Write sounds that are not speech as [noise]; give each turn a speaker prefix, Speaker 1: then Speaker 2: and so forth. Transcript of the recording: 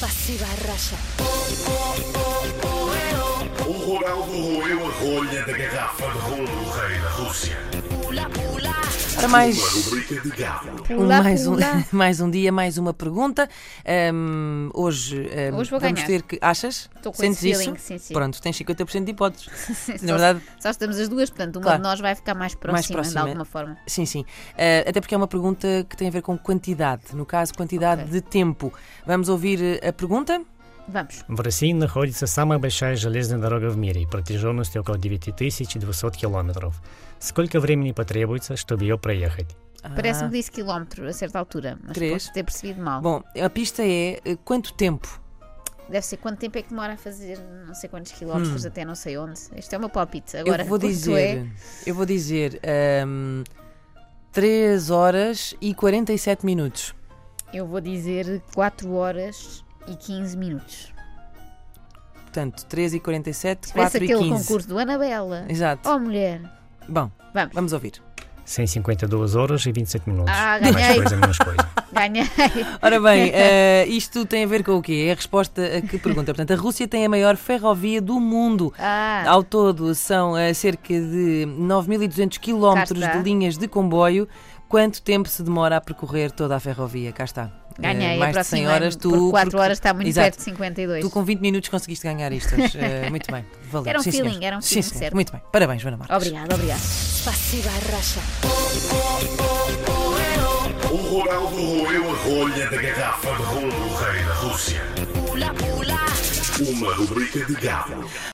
Speaker 1: Pasiva raya.
Speaker 2: O Ronaldo roeu a é rolha da garrafa de rum do rei da Rússia.
Speaker 3: Para
Speaker 2: Uma
Speaker 3: mais,
Speaker 2: rubrica de gado.
Speaker 3: um, mais, [laughs] um, mais um dia, mais uma pergunta. Ahm, hoje, ahm,
Speaker 4: Hoje vou
Speaker 3: vamos
Speaker 4: ganhar.
Speaker 3: ter que. Achas?
Speaker 4: Estou com
Speaker 3: Sentes
Speaker 4: esse
Speaker 3: isso?
Speaker 4: feeling, sim, sim.
Speaker 3: Pronto, tens 50% de hipóteses.
Speaker 4: [laughs] Só-
Speaker 3: Na verdade,
Speaker 4: Só estamos as duas, portanto, uma
Speaker 3: Claro.
Speaker 4: de nós vai ficar mais próxima,
Speaker 3: Mais próxima.
Speaker 4: de alguma forma.
Speaker 3: Sim, sim. Eh, até porque é uma pergunta que tem a ver com quantidade. No caso, quantidade
Speaker 4: Ok.
Speaker 3: de tempo. Vamos ouvir eh, a pergunta?
Speaker 4: Vamos.
Speaker 5: В России находится самая большая железная дорога в мире, протяженностью около 9200 километров. Сколько времени потребуется, чтобы ее проехать?
Speaker 4: Parece-me que disse quilómetro a certa altura, mas
Speaker 3: Ah. Três.
Speaker 4: posso ter percebido mal.
Speaker 3: Ah, Bom, a pista é eh, quanto tempo?
Speaker 4: Deve ser quanto tempo é que demora a fazer não sei quantos quilómetros até não sei onde. Este é o meu palpite.
Speaker 3: Hum.
Speaker 4: Agora, é,
Speaker 3: eu vou
Speaker 4: quanto
Speaker 3: dizer. Eu vou dizer. ahm, 3 horas e 47 minutos.
Speaker 4: é? Eu vou dizer 4 horas e 15 minutos.
Speaker 3: Portanto, 3 e 47,
Speaker 4: Parece
Speaker 3: 4 e É.
Speaker 4: aquele
Speaker 3: 15.
Speaker 4: concurso do Anabela.
Speaker 3: Exato.
Speaker 4: Oh, mulher.
Speaker 3: Bom, [laughs]
Speaker 4: Vamos.
Speaker 3: vamos ouvir.
Speaker 5: 152 horas e 20 minutos.
Speaker 4: Ah,
Speaker 5: Mais
Speaker 4: ganhei.
Speaker 5: coisa, menos coisa.
Speaker 4: Ganhei.
Speaker 3: Ora bem,
Speaker 4: [laughs]
Speaker 3: eh, isto tem a ver com o quê? É a resposta a que pergunta. Portanto, a Rússia tem a maior ferrovia do mundo.
Speaker 4: Ah,
Speaker 3: Ao todo, são eh, cerca de 9.200 quilómetros
Speaker 4: Cá
Speaker 3: de
Speaker 4: está.
Speaker 3: linhas de comboio. Quanto tempo se demora a percorrer toda a ferrovia? Cá está.
Speaker 4: ganhei.
Speaker 3: Eh, mais de 100
Speaker 4: aproximei-me,
Speaker 3: horas. Tu,
Speaker 4: Por 4
Speaker 3: porque-
Speaker 4: horas está muito
Speaker 3: Exato.
Speaker 4: perto de 52.
Speaker 3: Tu com 20 minutos conseguiste ganhar isto. Eh, muito
Speaker 4: [laughs]
Speaker 3: bem. Valeu.
Speaker 4: Era um
Speaker 3: Sim, senhor.
Speaker 4: feeling, era um
Speaker 3: Sim,
Speaker 4: feeling,
Speaker 3: senhor.
Speaker 4: certo.
Speaker 3: Muito bem. Parabéns, Joana Marques.
Speaker 4: Obrigada, obrigada.
Speaker 1: Pasiva raya.
Speaker 2: O Ronaldo roeu a é rolha da garrafa de rum do rei da Rússia. Uma rubrica de gado.